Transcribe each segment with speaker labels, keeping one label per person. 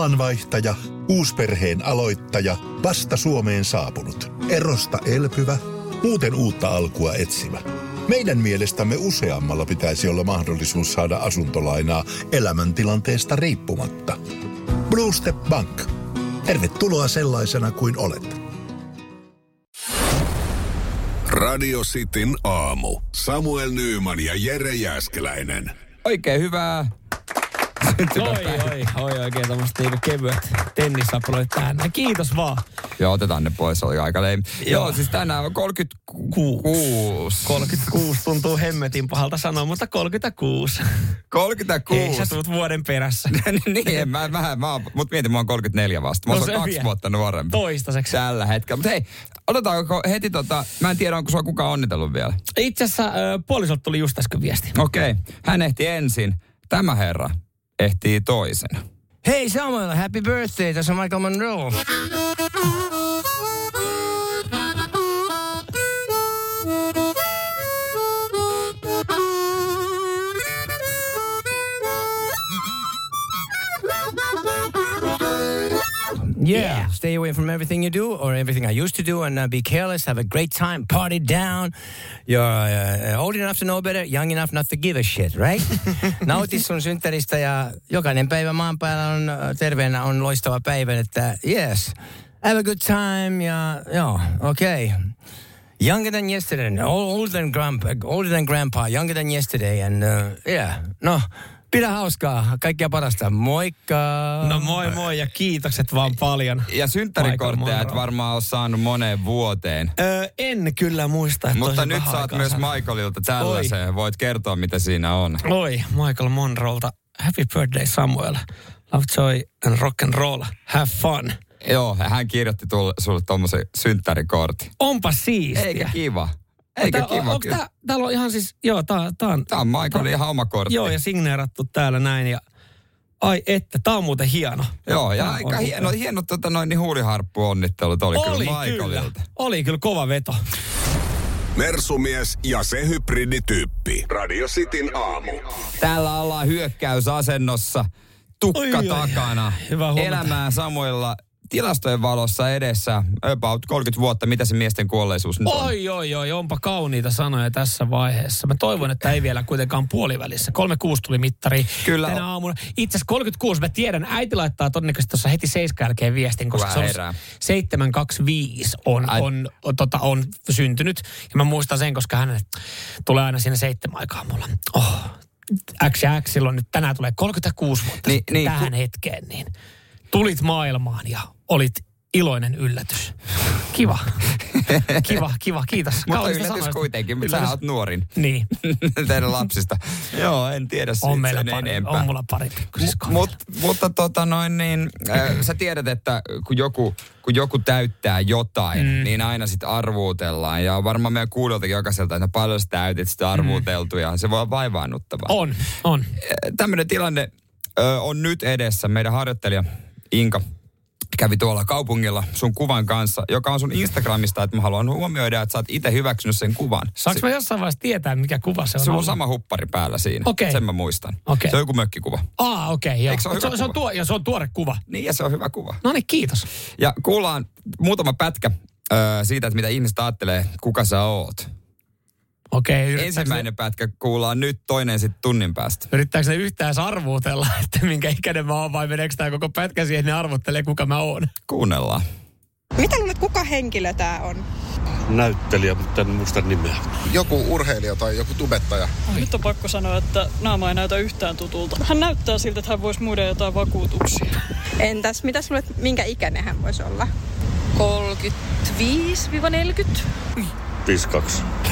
Speaker 1: Alanvaihtaja, uusperheen aloittaja, vasta Suomeen saapunut, erosta elpyvä, muuten uutta alkua etsimä. Meidän mielestämme useammalla pitäisi olla mahdollisuus saada asuntolainaa elämäntilanteesta riippumatta. Blue Step Bank. Tervetuloa sellaisena kuin olet.
Speaker 2: Radio Cityn aamu. Samuel Nyyman ja Jere Jäskeläinen.
Speaker 3: Oikein hyvää
Speaker 4: Oi,
Speaker 3: syntymäpäivää.
Speaker 4: oi, oi oikein tämmöiset niinku kevyet tennisapuloit tänne. Kiitos vaan.
Speaker 3: Joo, otetaan ne pois, oli aika leim. Joo. Joo, siis tänään on 36.
Speaker 4: 36 tuntuu hemmetin pahalta sanoa, mutta 36. Ei sä
Speaker 3: 36.
Speaker 4: tulet vuoden perässä.
Speaker 3: niin, en mä, mä, mä oon, mut mietin, mä oon 34 vasta. Mä
Speaker 4: No
Speaker 3: oon
Speaker 4: se
Speaker 3: kaksi
Speaker 4: vielä.
Speaker 3: vuotta nuorempi.
Speaker 4: Toistaiseksi.
Speaker 3: Tällä hetkellä. Mutta hei, otetaanko heti tota, mä en tiedä, onko sua kukaan onnitellut vielä.
Speaker 4: Itse asiassa ö, puolisolta tuli just äsken viesti.
Speaker 3: Okei, okay. hän ehti ensin. Tämä herra ehtii toisen.
Speaker 5: Hei Samuel, happy birthday. Tässä on Michael Monroe. Yeah. Stay away from everything you do or everything I used to do and uh, be careless. Have a great time. Party down. You're uh, old enough to know better, young enough not to give a shit, right? Nauti sun syntäristä ja jokainen päivä maan päällä on uh, terveenä on loistava päivä, että yes, have a good time ja joo, okei. Okay. Younger than yesterday, ol- older than, grandpa, older than grandpa, younger than yesterday and uh, yeah, no pidä hauskaa, kaikkea parasta, moikka!
Speaker 4: No moi moi ja kiitokset vaan paljon.
Speaker 3: Ja synttärikortteja et varmaan ole saanut moneen vuoteen.
Speaker 4: Öö, en kyllä muista, että
Speaker 3: Mutta
Speaker 4: olisin
Speaker 3: nyt
Speaker 4: vähän
Speaker 3: saat
Speaker 4: aikaa
Speaker 3: myös
Speaker 4: saanut.
Speaker 3: Michaelilta tällaisen. Oi. Voit kertoa, mitä siinä on.
Speaker 4: Oi, Michael Monrolta. Happy birthday Samuel. Love, joy and rock and roll. Have fun.
Speaker 3: Joo, hän kirjoitti tulle, sulle tuommoisen synttärikortin.
Speaker 4: Onpa siistiä.
Speaker 3: Eikö kiva? Eikö
Speaker 4: Tää-
Speaker 3: kiva?
Speaker 4: onks
Speaker 3: kyllä?
Speaker 4: tää, täällä on ihan siis, joo, tää, tää on,
Speaker 3: Tää on Michaelin ihan oma kortti.
Speaker 4: joo, ja signeerattu täällä näin. Ja, ai että, tää on muuten hieno.
Speaker 3: Joo, ja
Speaker 4: Tää
Speaker 3: aika
Speaker 4: on-
Speaker 3: hieno, hieno tota, noin, niin huuliharppu onnittelut oli,
Speaker 4: Oli
Speaker 3: kyllä
Speaker 4: kyllä,
Speaker 3: Michaelilta.
Speaker 4: oli kyllä kova veto.
Speaker 2: Mersumies ja se hybridityyppi. Radio Cityn aamu.
Speaker 3: Täällä ollaan hyökkäysasennossa, tukka
Speaker 4: Oi, oi,
Speaker 3: takana.
Speaker 4: Hyvää huomenta.
Speaker 3: Elämää Samuelilla tilastojen valossa edessä about 30 vuotta, mitä se miesten kuolleisuus nyt on.
Speaker 4: Oi, oi, oi, onpa kauniita sanoja tässä vaiheessa. Mä toivon, että ei vielä kuitenkaan puolivälissä. 36 tuli mittari
Speaker 3: Kyllä
Speaker 4: tänä
Speaker 3: on.
Speaker 4: aamuna. Itse asiassa 36, mä tiedän, äiti laittaa todennäköisesti tuossa heti seiskän jälkeen viestin, koska
Speaker 3: Hyvä
Speaker 4: se on
Speaker 3: herää.
Speaker 4: 725 on,
Speaker 3: Ai.
Speaker 4: on, on, tota, on syntynyt. Ja mä muistan sen, koska hän tulee aina siinä seitsemän aikaa mulla. Oh, X ja X silloin nyt tänään tulee 36 vuotta
Speaker 3: Niin, niin,
Speaker 4: niin, niin, tähän hetkeen, niin tulit maailmaan ja olit iloinen yllätys. Kiva. Kiva, kiva, kiitos.
Speaker 3: Mutta
Speaker 4: Kaunista
Speaker 3: yllätys
Speaker 4: sanoista.
Speaker 3: kuitenkin, mutta sä
Speaker 4: Yllätys.
Speaker 3: oot nuorin
Speaker 4: Niin,
Speaker 3: teidän lapsista. Joo, en tiedä siitä
Speaker 4: on meillä
Speaker 3: sen
Speaker 4: pari,
Speaker 3: enempää.
Speaker 4: on mulla pari pikkusiskoa.
Speaker 3: Mut, mutta tota noin niin, äh, sä tiedät, että kun joku, kun joku täyttää jotain, mm. niin aina sit arvuutellaan. Ja varmaan meidän kuudeltakin jokaiselta, että no paljon sä täytit sitä arvuuteltu ja se voi olla vaivaannuttavaa.
Speaker 4: Mm. on, on.
Speaker 3: Tämmöinen tilanne ö, on nyt edessä. Meidän harjoittelija Inka kävi tuolla kaupungilla sun kuvan kanssa, joka on sun Instagramista, että mä haluan huomioida, että sä oot itse hyväksynyt sen kuvan.
Speaker 4: Saanko mä jossain vaiheessa tietää, mikä kuva se on?
Speaker 3: Sulla on
Speaker 4: ollut?
Speaker 3: sama huppari päällä siinä.
Speaker 4: Okei.
Speaker 3: Sen mä muistan.
Speaker 4: Okei.
Speaker 3: Se on joku mökkikuva.
Speaker 4: Aa, okei, joo.
Speaker 3: Eikö se ole
Speaker 4: Mut se,
Speaker 3: hyvä
Speaker 4: on- se, on
Speaker 3: kuva?
Speaker 4: tuo, ja se on tuore kuva.
Speaker 3: Niin, ja se on hyvä kuva.
Speaker 4: No niin, kiitos.
Speaker 3: Ja kuullaan muutama pätkä ö, siitä, että mitä ihmiset ajattelee, kuka sä oot.
Speaker 4: Okei, okay,
Speaker 3: Ensimmäinen pätkä kuullaan nyt, toinen sitten tunnin päästä.
Speaker 4: Yrittääkö ne yhtään arvuutella, että minkä ikäinen mä oon vai meneekö tää koko pätkä siihen, että ne arvottelee kuka mä oon?
Speaker 3: Kuunnellaan.
Speaker 6: Mitä luulet, kuka henkilö tämä on?
Speaker 7: näyttelijä, mutta en muista nimeä.
Speaker 8: joku urheilija tai joku tubettaja.
Speaker 9: Nyt on pakko sanoa, että naama ei näytä yhtään tutulta. Hän näyttää siltä, että hän voisi muiden jotain vakuutuksia.
Speaker 6: Entäs mitä luulet, minkä ikäinen hän voisi olla?
Speaker 9: 35-40?
Speaker 7: 52.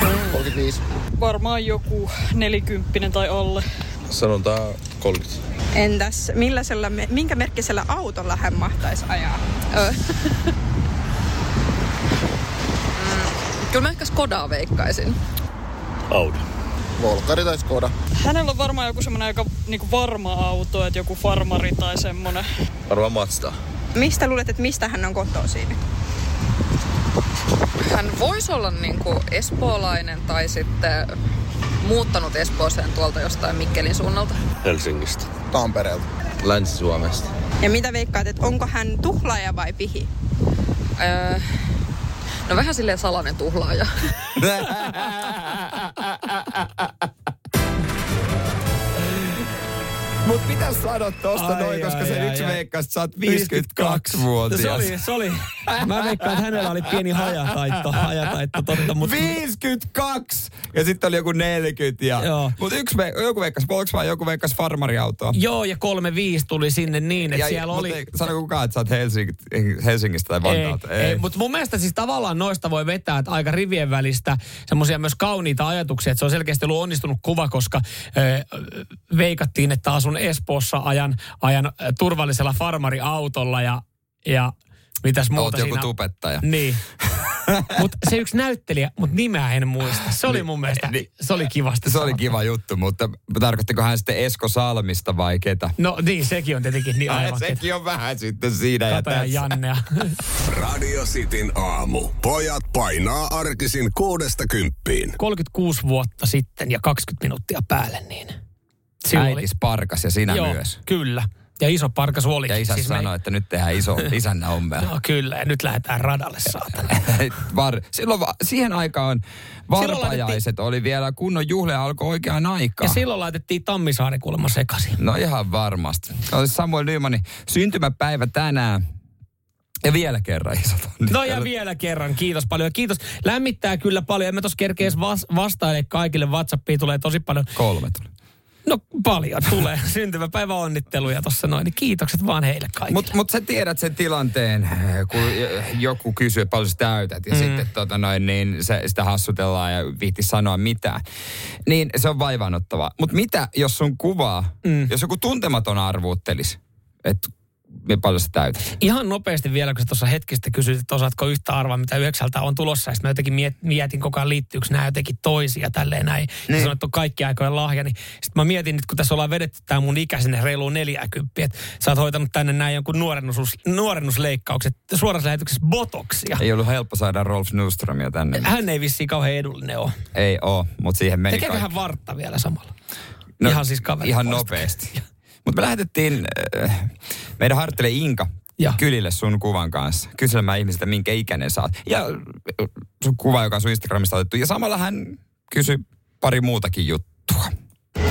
Speaker 8: 35.
Speaker 9: Varmaan joku nelikymppinen tai alle.
Speaker 8: Sanotaan 30.
Speaker 6: Entäs millaisella, me- minkä merkkisellä autolla hän mahtaisi ajaa?
Speaker 10: Mm,
Speaker 9: Kyllä mä ehkä Skodaa veikkaisin.
Speaker 7: Audi.
Speaker 8: Volkari tai Skoda.
Speaker 9: Hänellä on varmaan joku semmoinen aika niinku varma auto, että joku farmari tai semmoinen.
Speaker 8: Arvaa Mazda.
Speaker 6: Mistä luulet, että mistä hän on kotoisin?
Speaker 10: Hän voisi olla niinku espoolainen tai sitten muuttanut Espooseen tuolta jostain Mikkelin suunnalta.
Speaker 7: Helsingistä.
Speaker 8: Tampereelta. Länsi-Suomesta.
Speaker 6: Ja mitä veikkaat, että onko hän tuhlaaja vai pihi?
Speaker 10: Öö, no vähän silleen salainen tuhlaaja.
Speaker 3: Mut mitä sanot tosta
Speaker 4: Ai,
Speaker 3: ai, noin, koska
Speaker 4: ai,
Speaker 3: ai, se
Speaker 4: ai,
Speaker 3: ai, yksi
Speaker 4: ai.
Speaker 3: veikkaa, että sä oot
Speaker 4: No
Speaker 3: 52-vuotias.
Speaker 4: se oli, se oli. Mä veikkaan, että hänellä oli pieni hajataitto, hajataitto tota, totta, mutta...
Speaker 3: 52! Ja sitten oli joku 40. Ja...
Speaker 4: Joo.
Speaker 3: Mutta yksi ve... joku veikkas Volkswagen, joku veikkas farmariautoa.
Speaker 4: Joo, ja kolme viisi tuli sinne niin, että siellä
Speaker 3: mut
Speaker 4: oli...
Speaker 3: ei- Sano kukaan, että sä oot Helsing... Helsingistä tai Vantaalta.
Speaker 4: ei, ei. Mutta mun mielestä siis tavallaan noista voi vetää että aika rivien välistä semmoisia myös kauniita ajatuksia, että se on selkeästi ollut onnistunut kuva, koska ö, veikattiin, että asun Espoossa ajan, ajan ö, turvallisella farmariautolla ja, ja mitäs muuta
Speaker 3: Oot joku
Speaker 4: siinä...
Speaker 3: tubettaja.
Speaker 4: Niin. mutta se yksi näyttelijä, mutta nimeä en muista. Se oli mun mielestä,
Speaker 3: Niin.
Speaker 4: se oli kivasti.
Speaker 3: Se oli
Speaker 4: sanottu.
Speaker 3: kiva juttu, mutta tarkoittiko hän sitten Esko Salmista vai ketä?
Speaker 4: No niin, sekin on tietenkin niin aivan. ketä.
Speaker 3: Sekin on vähän sitten siinä ja
Speaker 4: Kata ja
Speaker 3: tässä.
Speaker 4: Jannea.
Speaker 2: Radio Cityn aamu. Pojat painaa arkisin kuudesta kymppiin.
Speaker 4: 36 vuotta sitten ja 20 minuuttia päälle, niin... silloin oli-
Speaker 3: Äitis parkas ja sinä
Speaker 4: Joo,
Speaker 3: myös.
Speaker 4: kyllä. Ja iso parkas oli.
Speaker 3: Ja isä siis sanoi, että nyt tehdään iso isännä ommea.
Speaker 4: Me... No kyllä, ja nyt lähdetään radalle saatana.
Speaker 3: Var, silloin, va- siihen aikaan varpajaiset
Speaker 4: laitettiin-
Speaker 3: oli vielä kunnon juhlia alkoi oikeaan
Speaker 4: Ja
Speaker 3: aikaan.
Speaker 4: silloin laitettiin Tammisaari kuulemma sekaisin.
Speaker 3: No ihan varmasti. Olisi Samuel Nymanin syntymäpäivä tänään. Ja vielä kerran isot
Speaker 4: No ja vielä kerran, kiitos paljon. Ja kiitos, lämmittää kyllä paljon. Emme tuossa kerkeä edes vas- vastaile kaikille. Whatsappiin tulee tosi paljon.
Speaker 3: Kolme tuli.
Speaker 4: No paljon tulee. Syntymäpäivä onnitteluja tuossa noin. Niin kiitokset vaan heille kaikille.
Speaker 3: Mutta mut sä tiedät sen tilanteen, äh, kun joku kysyy, että paljon sä täytät, ja mm. sitten tota noin, niin se, sitä hassutellaan ja viitti sanoa mitään. Niin se on vaivaanottavaa. Mutta mitä, jos sun kuvaa, mm. jos joku tuntematon arvuuttelisi, että paljon sä täytät?
Speaker 4: Ihan nopeasti vielä, kun sä tuossa hetkistä kysyit, että osaatko yhtä arvaa, mitä yhdeksältä on tulossa. Ja sitten mä jotenkin miet- mietin koko ajan, liittyykö nämä jotenkin toisia tälleen näin. Niin. Ja sanoit, että on kaikki aikojen lahja. Niin sitten mä mietin nyt, kun tässä ollaan vedetty tämä mun ikä sinne reiluun 40, että sä oot hoitanut tänne näin jonkun nuorennus, nuorennusleikkaukset suorassa lähetyksessä botoksia.
Speaker 3: Ei ollut helppo saada Rolf Nuströmiä tänne.
Speaker 4: Hän ei vissiin kauhean edullinen ole.
Speaker 3: Ei oo, mutta siihen meni
Speaker 4: Tekeekö hän
Speaker 3: kaikki.
Speaker 4: vartta vielä samalla? No, ihan siis kaveri.
Speaker 3: Ihan nopeasti. Mutta me lähetettiin äh, meidän hartille Inka
Speaker 4: Ja.
Speaker 3: ja. kylille sun kuvan kanssa kyselemään ihmisiltä, minkä ikäinen sä oot. Ja äh, sun kuva, joka on sun Instagramista otettu. Ja samalla hän kysyi pari muutakin juttua.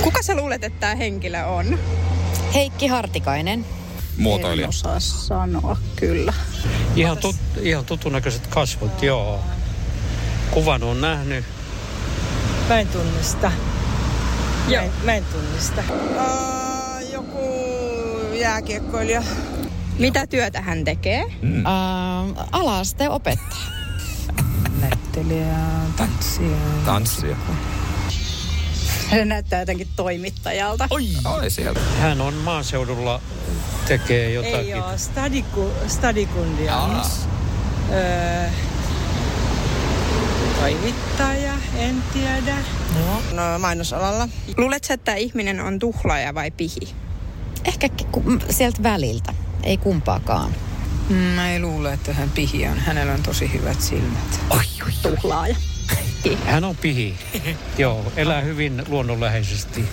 Speaker 6: Kuka sä luulet, että tämä henkilö on?
Speaker 11: Heikki Hartikainen.
Speaker 3: Muotoilija.
Speaker 6: osaa sanoa, kyllä.
Speaker 7: Ihan, tut, ihan tutun näköiset kasvot, joo. Kuvan on nähnyt.
Speaker 12: Mä en tunnista.
Speaker 6: Joo.
Speaker 12: Mä en, mä en tunnista.
Speaker 6: Uh, joku jääkiekkoilija. Mitä työtä hän tekee?
Speaker 11: Mm. Ähm, ala-asteen opettaja.
Speaker 12: Näyttelijä, tanssia.
Speaker 3: Tanssia.
Speaker 6: Se näyttää jotenkin toimittajalta.
Speaker 3: Oi! Oli sieltä.
Speaker 7: Hän on maaseudulla, tekee jotakin.
Speaker 12: Ei oo, stadiku, stadikundia. on. Öö, toimittaja, en tiedä. No. no mainosalalla.
Speaker 6: Luuletko, että tämä ihminen on tuhlaaja vai pihi?
Speaker 11: Ehkä k- ku- sieltä väliltä. Ei kumpaakaan.
Speaker 12: Mä en luule, että hän pihi on. Hänellä on tosi hyvät silmät.
Speaker 6: Tuhlaaja.
Speaker 7: Hän on pihi. Joo, elää hyvin luonnonläheisesti,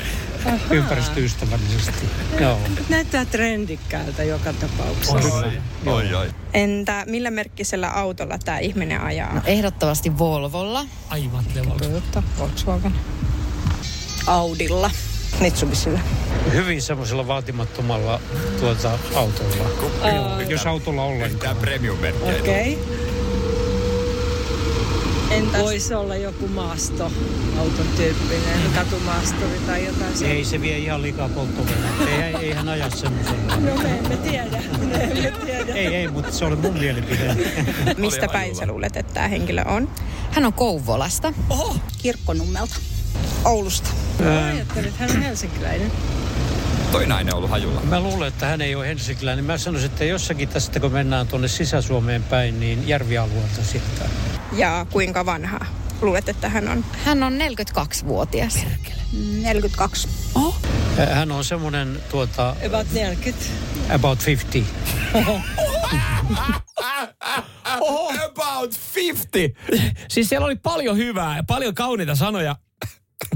Speaker 7: ympäristöystävällisesti. Joo.
Speaker 12: Näyttää trendikkäältä joka tapauksessa.
Speaker 3: Oi, oi.
Speaker 6: Entä millä merkkisellä autolla tämä ihminen ajaa?
Speaker 11: No, ehdottomasti Volvolla.
Speaker 4: Aivan levolla.
Speaker 12: Toyota, Volkswagen.
Speaker 6: Audilla.
Speaker 12: Mitsubisilla.
Speaker 7: Hyvin semmoisella vaatimattomalla tuota, autolla. Jos autolla ollenkaan.
Speaker 3: Tämä premium
Speaker 12: Okei. Okay.
Speaker 6: Entäs?
Speaker 12: Voisi olla joku maastoauton tyyppinen, katumaasturi tai jotain sellaista.
Speaker 7: Ei se vie ihan liikaa polttoainetta. Ei, ei hän aja semmoisella.
Speaker 12: No me emme tiedä, me emme tiedä.
Speaker 7: Ei, ei, mutta se oli mun mielipide.
Speaker 6: Mistä päin sä luulet, että tämä henkilö on?
Speaker 11: Hän on Kouvolasta.
Speaker 6: Kirkkonummelta. Oulusta.
Speaker 12: Mä ajattelin, että hän on helsinkiläinen.
Speaker 3: Toi nainen on ollut hajulla.
Speaker 7: Mä luulen, että hän ei ole helsinkiläinen. Mä sanoisin, että jossakin tästä, kun mennään tuonne Sisä-Suomeen päin, niin järvialueelta sieltä.
Speaker 6: Ja kuinka vanha luulet, että hän on?
Speaker 11: Hän on 42-vuotias.
Speaker 6: 42.
Speaker 7: Äh, Hän on semmoinen tuota,
Speaker 12: About 40.
Speaker 7: about 50.
Speaker 3: Oho. About 50!
Speaker 4: Siis siellä oli paljon hyvää ja paljon kauniita sanoja.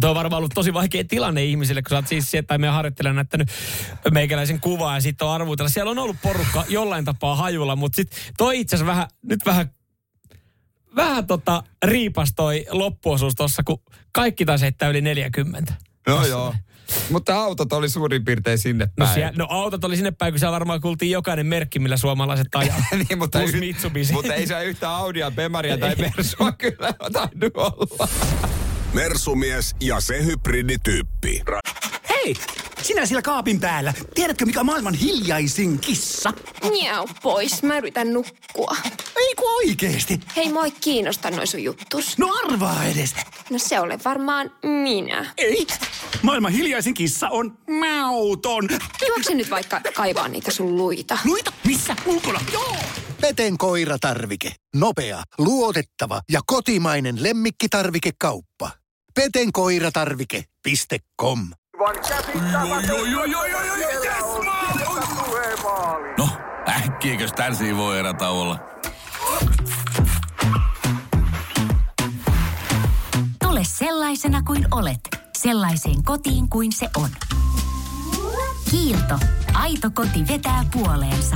Speaker 4: Tuo on varmaan ollut tosi vaikea tilanne ihmisille, kun sä oot siis se, tai meidän harjoittelija on näyttänyt meikäläisen kuvaa ja sitten on arvuutella. Siellä on ollut porukka jollain tapaa hajulla, mutta sitten toi itse asiassa vähän, nyt vähän vähän tota riipas toi loppuosuus tossa, kun kaikki taisi heittää yli 40.
Speaker 3: No joo. Mutta autot oli suurin piirtein sinne
Speaker 4: No,
Speaker 3: päin.
Speaker 4: siellä, no autot oli sinne päin, kun siellä varmaan kuultiin jokainen merkki, millä suomalaiset ajaa.
Speaker 3: niin, mutta,
Speaker 4: Plus
Speaker 3: yht-
Speaker 4: Mitsubishi.
Speaker 3: mutta ei se yhtään Audia, Bemaria tai Mersua kyllä tainnut olla.
Speaker 2: Mersumies ja se hybridityyppi. Ra-
Speaker 13: Hei! Sinä siellä kaapin päällä. Tiedätkö, mikä on maailman hiljaisin kissa?
Speaker 14: Miau pois, mä yritän nukkua.
Speaker 13: Ei kun oikeesti.
Speaker 14: Hei moi, kiinnosta noin sun juttus.
Speaker 13: No arvaa edes.
Speaker 14: No se ole varmaan minä.
Speaker 13: Ei. Maailman hiljaisin kissa on mauton.
Speaker 14: Juokse nyt vaikka kaivaa niitä sun luita.
Speaker 13: Luita? Missä? Ulkona? Joo!
Speaker 15: Peten koiratarvike. Nopea, luotettava ja kotimainen lemmikkitarvikekauppa. Petenkoiratarvike.com
Speaker 16: No, äkkiäkös tän siivoo erätauolla?
Speaker 17: Tule sellaisena kuin olet, sellaiseen kotiin kuin se on. Kiilto. Aito koti vetää puoleensa.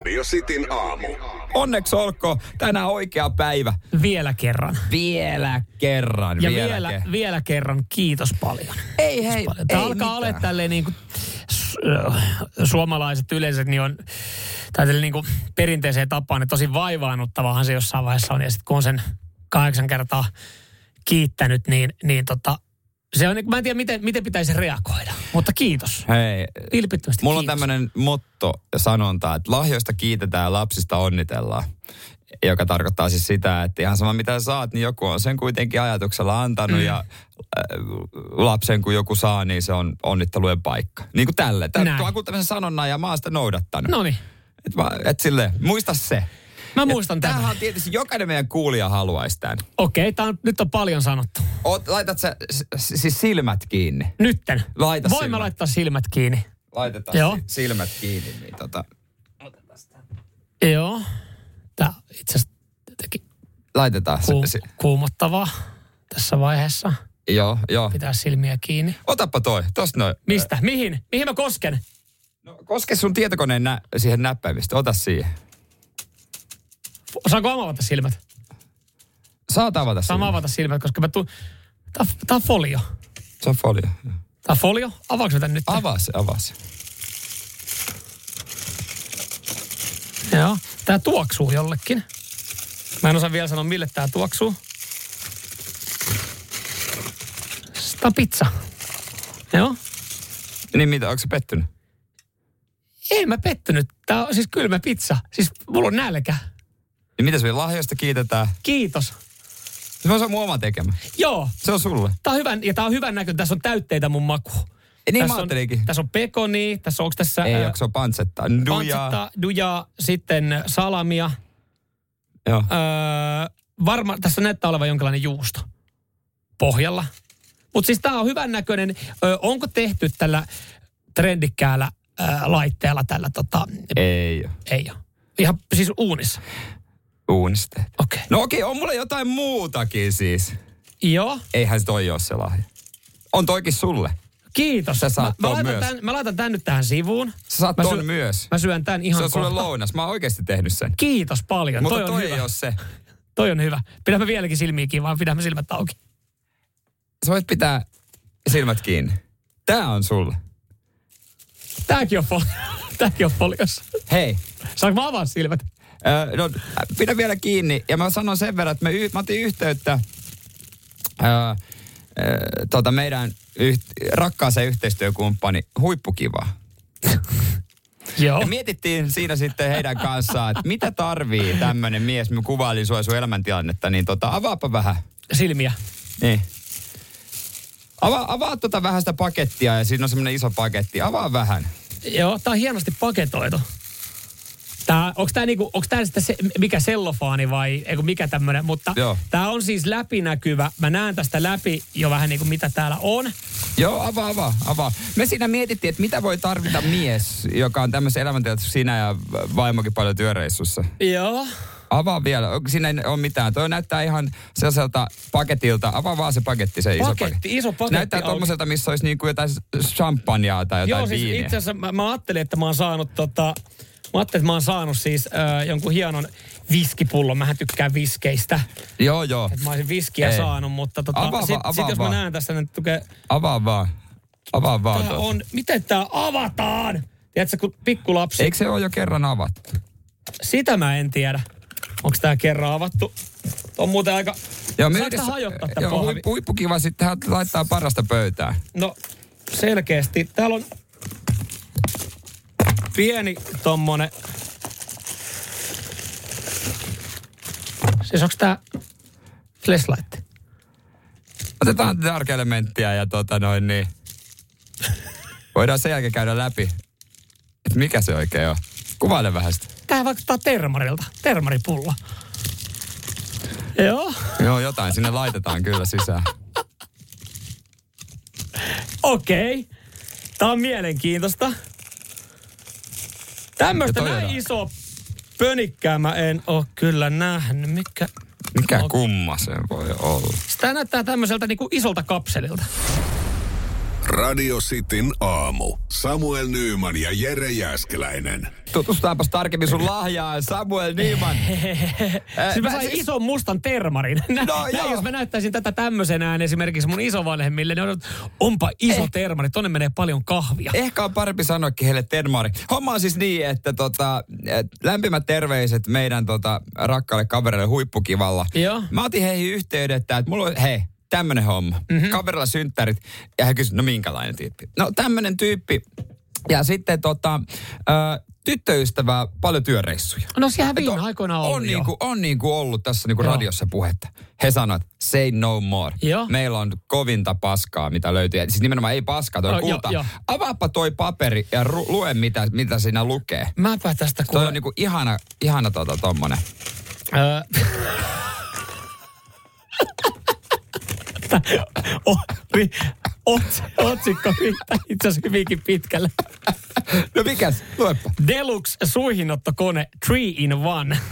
Speaker 2: Radio Cityn aamu.
Speaker 3: Onneksi olkoon tänään oikea päivä.
Speaker 4: Vielä kerran.
Speaker 3: Vielä kerran.
Speaker 4: Ja
Speaker 3: vielä,
Speaker 4: vielä,
Speaker 3: ke-
Speaker 4: vielä kerran kiitos paljon.
Speaker 3: Ei hei,
Speaker 4: paljon. Tämä
Speaker 3: ei
Speaker 4: alkaa
Speaker 3: mitään.
Speaker 4: olla tälleen niin kuin, suomalaiset yleensä niin on tai tälleen niin kuin perinteiseen tapaan, että tosi vaivaannuttavahan se jossain vaiheessa on. Ja sitten kun on sen kahdeksan kertaa kiittänyt, niin, niin tota, se on, niin kuin- mä en tiedä miten, miten pitäisi reagoida, mutta kiitos.
Speaker 3: Hei,
Speaker 4: Vilpittömästi
Speaker 3: mulla on
Speaker 4: kiitos.
Speaker 3: tämmöinen motto ja sanonta, että lahjoista kiitetään ja lapsista onnitellaan. Joka tarkoittaa siis sitä, että ihan sama mitä saat, niin joku on sen kuitenkin ajatuksella antanut mm. ja äh, lapsen kun joku saa, niin se on onnittelujen paikka. Niin kuin tälle. Tämä
Speaker 4: Näin.
Speaker 3: on tämmöisen sanonnan ja mä oon sitä noudattanut.
Speaker 4: No niin.
Speaker 3: Et, mä- et sille, muista se.
Speaker 4: Mä muistan
Speaker 3: tämän.
Speaker 4: tämän.
Speaker 3: Tämähän on tietysti jokainen meidän kuulija haluaisi tämän.
Speaker 4: Okei, tää on, nyt on paljon sanottu.
Speaker 3: Oot, laitat sä s- s- siis silmät kiinni.
Speaker 4: Nytten.
Speaker 3: Laita
Speaker 4: Voimme
Speaker 3: silmät.
Speaker 4: laittaa silmät kiinni.
Speaker 3: Laitetaan
Speaker 4: Joo.
Speaker 3: si- silmät kiinni. Niin tota.
Speaker 4: Joo. Tää on itse asiassa jotenkin
Speaker 3: Laitetaan se.
Speaker 4: ku,
Speaker 3: se.
Speaker 4: kuumottavaa tässä vaiheessa.
Speaker 3: Joo, joo.
Speaker 4: Pitää silmiä kiinni.
Speaker 3: Otapa toi, tosta noin.
Speaker 4: Mistä? Mihin? Mihin mä kosken?
Speaker 3: no, Koske sun tietokoneen nä- siihen näppäimistä, ota siihen.
Speaker 4: Saanko mä avata silmät?
Speaker 3: Saat avata
Speaker 4: Saan mä avata silmät, koska mä tuun... Tää, on- tää on folio.
Speaker 3: Se on folio.
Speaker 4: Tää on folio. Avaanko mä tän nyt?
Speaker 3: Avaa se, avaa se.
Speaker 4: Joo. Tää tuoksuu jollekin. Mä en osaa vielä sanoa, mille tää tuoksuu. Tää on pizza. Joo.
Speaker 3: Niin mitä, onko se pettynyt?
Speaker 4: Ei mä pettynyt. Tää on siis kylmä pizza. Siis mulla on nälkä.
Speaker 3: Niin mitä se vielä lahjoista kiitetään?
Speaker 4: Kiitos.
Speaker 3: Se on se mun oma tekemä.
Speaker 4: Joo.
Speaker 3: Se on sulle.
Speaker 4: Tää on hyvän, ja tää on hyvän näköinen. Tässä on täytteitä mun maku.
Speaker 3: Ei, niin
Speaker 4: tässä
Speaker 3: mä
Speaker 4: on,
Speaker 3: ajattelinkin.
Speaker 4: tässä on pekoni, tässä on, onko tässä...
Speaker 3: Ei,
Speaker 4: ää,
Speaker 3: onko se on pansetta? Nuja.
Speaker 4: pansetta, dujaa, sitten salamia.
Speaker 3: Joo.
Speaker 4: Öö, varma, tässä näyttää olevan jonkinlainen juusto pohjalla. Mutta siis tämä on hyvän näköinen. Öö, onko tehty tällä trendikkäällä öö, laitteella tällä tota...
Speaker 3: Ei oo.
Speaker 4: Ei ole. Ihan siis uunissa.
Speaker 3: Uunista.
Speaker 4: Okei. Okay.
Speaker 3: No okei, on mulla jotain muutakin siis.
Speaker 4: Joo.
Speaker 3: Eihän se toi ole se lahja. On toikin sulle.
Speaker 4: Kiitos.
Speaker 3: Sä saat
Speaker 4: mä,
Speaker 3: ton
Speaker 4: mä, laitan
Speaker 3: myös.
Speaker 4: Tämän, mä laitan tämän nyt tähän sivuun.
Speaker 3: Sä saat
Speaker 4: mä
Speaker 3: ton myös.
Speaker 4: Mä syön tämän ihan
Speaker 3: se on sulle
Speaker 4: kohta.
Speaker 3: lounas. Mä oon oikeasti tehnyt sen.
Speaker 4: Kiitos paljon.
Speaker 3: Mutta
Speaker 4: toi, on
Speaker 3: toi
Speaker 4: hyvä.
Speaker 3: ei ole se.
Speaker 4: Toi on hyvä. Pidämme vieläkin silmiä kiinni, vaan pidämme silmät auki.
Speaker 3: Sä voit pitää silmät kiinni. Tää on sulle.
Speaker 4: Tääkin on, fol- Tääkin on foliossa.
Speaker 3: Hei.
Speaker 4: Saanko mä avaa silmät?
Speaker 3: Öö, no, äh, pidä vielä kiinni. Ja mä sanon sen verran, että me y- mä otin yhteyttä öö, öö, tota meidän yht- rakkaaseen yhteistyökumppani Huippukiva.
Speaker 4: Joo.
Speaker 3: Ja mietittiin siinä sitten heidän kanssaan, että mitä tarvii tämmöinen mies. Mä kuvailin sua ja sun elämäntilannetta, niin tota, avaapa vähän.
Speaker 4: Silmiä.
Speaker 3: Niin. Avaa, avaa tota vähän sitä pakettia ja siinä on semmoinen iso paketti. Avaa vähän.
Speaker 4: Joo, tää on hienosti paketoitu. Tää, onks tää, niinku, onks tää sitten se, mikä sellofaani vai eiku mikä tämmönen, mutta
Speaker 3: Joo.
Speaker 4: tää on siis läpinäkyvä. Mä näen tästä läpi jo vähän niinku mitä täällä on.
Speaker 3: Joo, avaa, avaa, avaa. Me siinä mietittiin, että mitä voi tarvita mies, joka on tämmöisen elämäntilanteessa sinä ja vaimokin paljon työreissussa.
Speaker 4: Joo.
Speaker 3: Avaa vielä, Onko siinä ei ole mitään. Toi näyttää ihan sellaiselta paketilta. Avaa vaan se paketti, se iso
Speaker 4: Paketti,
Speaker 3: paketti.
Speaker 4: iso paketti
Speaker 3: Se näyttää
Speaker 4: auki.
Speaker 3: tommoselta, missä olisi niinku jotain champanjaa tai jotain
Speaker 4: Joo, siis
Speaker 3: viiniä.
Speaker 4: itse asiassa mä, mä ajattelin, että mä oon saanut tota, mä ajattelin, että mä oon saanut siis äh, jonkun hienon viskipullon. Mähän tykkään viskeistä.
Speaker 3: Joo, joo.
Speaker 4: Että mä olisin viskiä
Speaker 3: Ei.
Speaker 4: saanut, mutta tota,
Speaker 3: Avaa
Speaker 4: sit,
Speaker 3: vaan,
Speaker 4: sit
Speaker 3: avaa
Speaker 4: jos mä
Speaker 3: vaan.
Speaker 4: näen tässä, niin tukee,
Speaker 3: Avaa vaan. Avaa vaan
Speaker 4: tää
Speaker 3: tuota.
Speaker 4: on, miten tää avataan? Tiedätkö, kun pikkulapsi.
Speaker 3: Eikö se ole jo kerran avattu?
Speaker 4: Sitä mä en tiedä. Onko tää kerran avattu? On muuten aika...
Speaker 3: Joo, me
Speaker 4: Saatko
Speaker 3: yhdessä-
Speaker 4: hajottaa tää
Speaker 3: joo,
Speaker 4: pohvi?
Speaker 3: huippu- huippukiva sitten hän laittaa parasta pöytää.
Speaker 4: No, selkeästi. Täällä on pieni tommonen... Siis onks tää flashlight?
Speaker 3: Otetaan dark elementtiä ja tota noin niin. Voidaan sen jälkeen käydä läpi, että mikä se oikein on. Kuvaile vähän sitä.
Speaker 4: Tää vaikuttaa termarilta. Termaripulla. Joo.
Speaker 3: Joo, jotain sinne laitetaan kyllä sisään.
Speaker 4: Okei. Okay. Tää on mielenkiintoista. Tämmöistä
Speaker 3: Ja toi
Speaker 4: näin
Speaker 3: on-
Speaker 4: iso pönikkää mä en oo kyllä nähnyt. Mikä?
Speaker 3: Mikä
Speaker 4: No.
Speaker 3: kumma se voi olla?
Speaker 4: Tää näyttää tämmöiseltä niinku isolta kapselilta.
Speaker 2: Radio Cityn aamu. Samuel Nyyman ja Jere Jäskeläinen.
Speaker 3: Tutustutaanpas tarkemmin sun lahjaan, Samuel Eh, Niiman.
Speaker 4: Siis mä sain ison mustan termarin. Nä,
Speaker 3: No
Speaker 4: no,
Speaker 3: joo.
Speaker 4: näin, jos mä näyttäisin tätä tämmöisenään esimerkiksi mun isovanhemmille, niin on, onpa iso eh. termari, tonne menee paljon kahvia.
Speaker 3: Ehkä on parempi sanoakin heille termari. Homma on siis niin, että tota, et lämpimät terveiset meidän tota, rakkaalle kavereille huippukivalla.
Speaker 4: Joo.
Speaker 3: Mä otin heihin yhteydetä, että mulla on, hei, tämmönen homma. Mm-hmm. Kaverilla synttärit. Ja he kysyivät, no minkälainen tyyppi? No tämmönen tyyppi. Ja sitten tota, ö, tyttöystävää paljon työreissuja.
Speaker 4: No sehän
Speaker 3: Et
Speaker 4: viime aikoina on
Speaker 3: on,
Speaker 4: ollut jo.
Speaker 3: niinku, on niinku ollut tässä niinku
Speaker 4: Joo.
Speaker 3: radiossa puhetta. He sanoivat, say no more.
Speaker 4: Joo.
Speaker 3: Meillä on kovinta paskaa, mitä löytyy. Ja Siis nimenomaan ei paskaa, toi
Speaker 4: Oh,
Speaker 3: oh,
Speaker 4: joo,
Speaker 3: kulta.
Speaker 4: joo.
Speaker 3: Avaappa toi paperi ja ru- lue, mitä, mitä siinä lukee.
Speaker 4: Mäpä tästä
Speaker 3: Toi
Speaker 4: kuulen.
Speaker 3: on niinku ihana, ihana tota, tommonen.
Speaker 4: Öö. Tää- o, vi, ot, otsikko viittaa itse asiassa hyvinkin pitkälle.
Speaker 3: No mikäs? Luepa.
Speaker 4: Deluxe suihinottokone 3 in 1.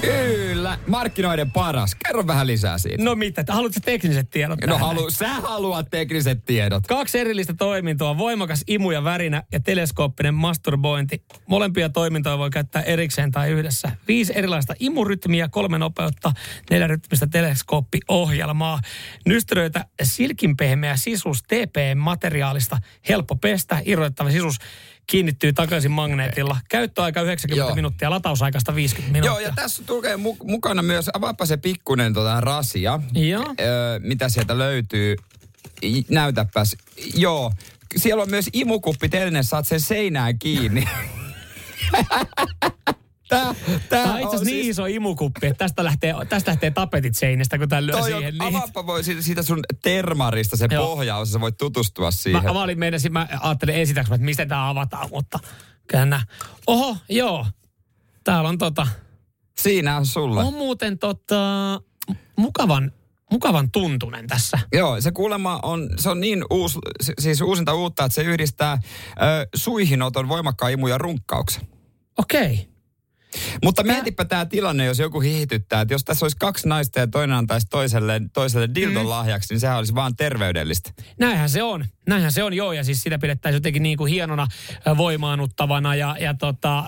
Speaker 3: Kyllä, markkinoiden paras. Kerro vähän lisää siitä.
Speaker 4: No mitä, haluatko tekniset tiedot?
Speaker 3: No
Speaker 4: tähän?
Speaker 3: halu, sä haluat tekniset tiedot.
Speaker 4: Kaksi erillistä toimintoa, voimakas imu ja värinä ja teleskooppinen masturbointi. Molempia toimintoja voi käyttää erikseen tai yhdessä. Viisi erilaista imurytmiä, kolme nopeutta, neljä rytmistä teleskooppiohjelmaa. Nystyröitä silkinpehmeä sisus TP-materiaalista, helppo pestä, irrotettava sisus kiinnittyy takaisin magneetilla. Käyttöaika 90
Speaker 3: Joo.
Speaker 4: Joo. minuuttia, latausaikasta 50
Speaker 3: Joo,
Speaker 4: minuuttia.
Speaker 3: ja tässä tulee mu- mukana myös, avaapa se pikkunen tota rasia,
Speaker 4: Joo.
Speaker 3: Öö, mitä sieltä löytyy. I- Näytäpäs. Joo, siellä on myös imukuppi teline, saat sen seinään kiinni. tää, tää, siis-
Speaker 4: Tämä on itse asiassa niin iso imukuppi, että tästä lähtee, tästä lähtee tapetit seinästä, kun tämä lyö
Speaker 3: Toi on,
Speaker 4: siihen. niin.
Speaker 3: avaappa voi siitä, siitä sun termarista se
Speaker 4: Joo.
Speaker 3: pohjaus, sä voit tutustua siihen.
Speaker 4: Mä, mä, olin meinasin, mä ajattelin ensitäks, mä, että mistä tämä avataan, mutta kyllä nää- Oho, joo. Täällä on tota,
Speaker 3: Siinä on sulle.
Speaker 4: on muuten tota, mukavan, mukavan tuntunen tässä.
Speaker 3: Joo, se kuulemma on, se on niin uus, si- siis uusinta uutta, että se yhdistää ö, suihinoton voimakkaan imu ja runkkauksen.
Speaker 4: Okei. Okay.
Speaker 3: Mutta mietipä tämä tilanne, jos joku hiihdyttää, että jos tässä olisi kaksi naista ja toinen antaisi toiselle, toiselle dildon mm. lahjaksi, niin sehän olisi vaan terveydellistä.
Speaker 4: Näinhän se on. Näinhän se on, joo. Ja siis sitä pidettäisiin jotenkin niin kuin hienona äh, voimaannuttavana ja, ja tota, äh,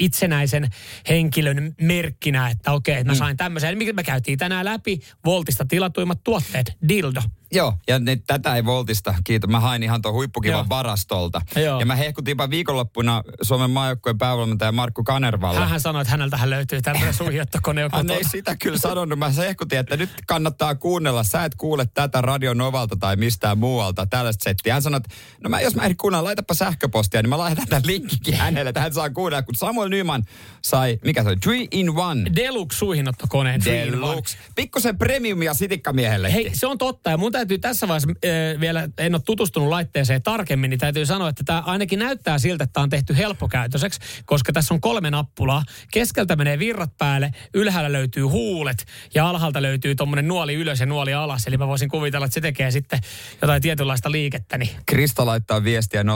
Speaker 4: itsenäisen henkilön merkkinä, että okei,
Speaker 3: Mm.
Speaker 4: mä sain tämmöisen. Mikä me käytiin tänään läpi Voltista tilatuimmat tuotteet, dildo.
Speaker 3: Joo, ja nyt tätä ei voltista. Kiitos. Mä hain ihan tuon huippukivan
Speaker 4: Joo.
Speaker 3: varastolta.
Speaker 4: Joo.
Speaker 3: Ja mä hehkutinpa viikonloppuna Suomen maajoukkueen päävalmentaja Markku Kanervalla.
Speaker 4: Hänhän sanoi, että häneltähän löytyy tämmöinen suihjottokone, joka
Speaker 3: Hän ei sitä kyllä sanonut. Mä hehkutin, että nyt kannattaa kuunnella. Sä et kuule tätä Radio Novalta tai mistään muualta tällaista settiä. Hän sanoi, että no mä, jos mä ehdin kuunnella, laitapa sähköpostia, niin mä laitan tämän linkkikin hänelle, että hän saa kuunnella. Kun Samuel Nyman sai, mikä se oli, three in one.
Speaker 4: Deluxe suihinottokoneen. three in one.
Speaker 3: Deluxe. Pikkusen premiumia sitikkamiehelle.
Speaker 4: Hei, se on totta. Ja mun täytyy tässä vaiheessa äh, vielä, en ole tutustunut laitteeseen tarkemmin, niin täytyy sanoa, että tämä ainakin näyttää siltä, että tämä on tehty helppokäytöiseksi, koska tässä on kolme nappulaa. Keskeltä menee virrat päälle, ylhäällä löytyy huulet ja alhaalta löytyy tuommoinen nuoli ylös ja nuoli alas. Eli mä voisin kuvitella, että se tekee sitten jotain tietynlaista liikettä. Niin.
Speaker 3: Krista laittaa viestiä 047255855,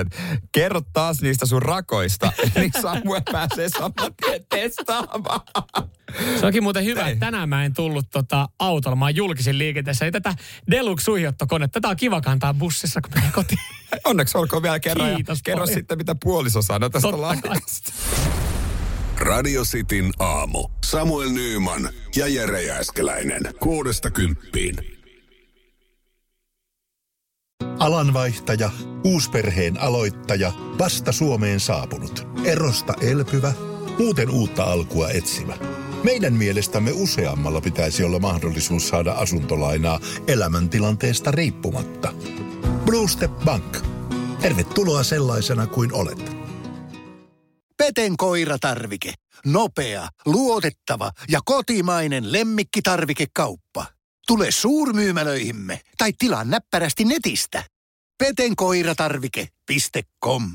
Speaker 3: että kerro taas niistä sun rakoista, niin Samuel pääsee saman tien testaamaan.
Speaker 4: Se onkin muuten hyvä, että tänään mä en tullut tota autolla, mä oon julkisen liikenteessä. Ei tätä Deluxe suihjottokone, tätä on kiva kantaa bussissa, kun menee kotiin.
Speaker 3: Onneksi olkoon vielä kerran
Speaker 4: Kiitos
Speaker 3: ja kerro
Speaker 4: paljon.
Speaker 3: sitten, mitä puoliso sanoi tästä
Speaker 4: Totta kai.
Speaker 3: laitteesta.
Speaker 2: Radio Cityn aamu. Samuel Nyyman ja Jere Jääskeläinen. Kuudesta kymppiin.
Speaker 1: Alanvaihtaja, uusperheen aloittaja, vasta Suomeen saapunut, erosta elpyvä, muuten uutta alkua etsimä. Meidän mielestämme useammalla pitäisi olla mahdollisuus saada asuntolainaa elämäntilanteesta riippumatta. Blue Step Bank. Tervetuloa sellaisena kuin olet.
Speaker 15: Peten koiratarvike. Nopea, luotettava ja kotimainen lemmikkitarvikekauppa. Tule suurmyymälöihimme tai tilaa näppärästi netistä. petenkoiratarvike.com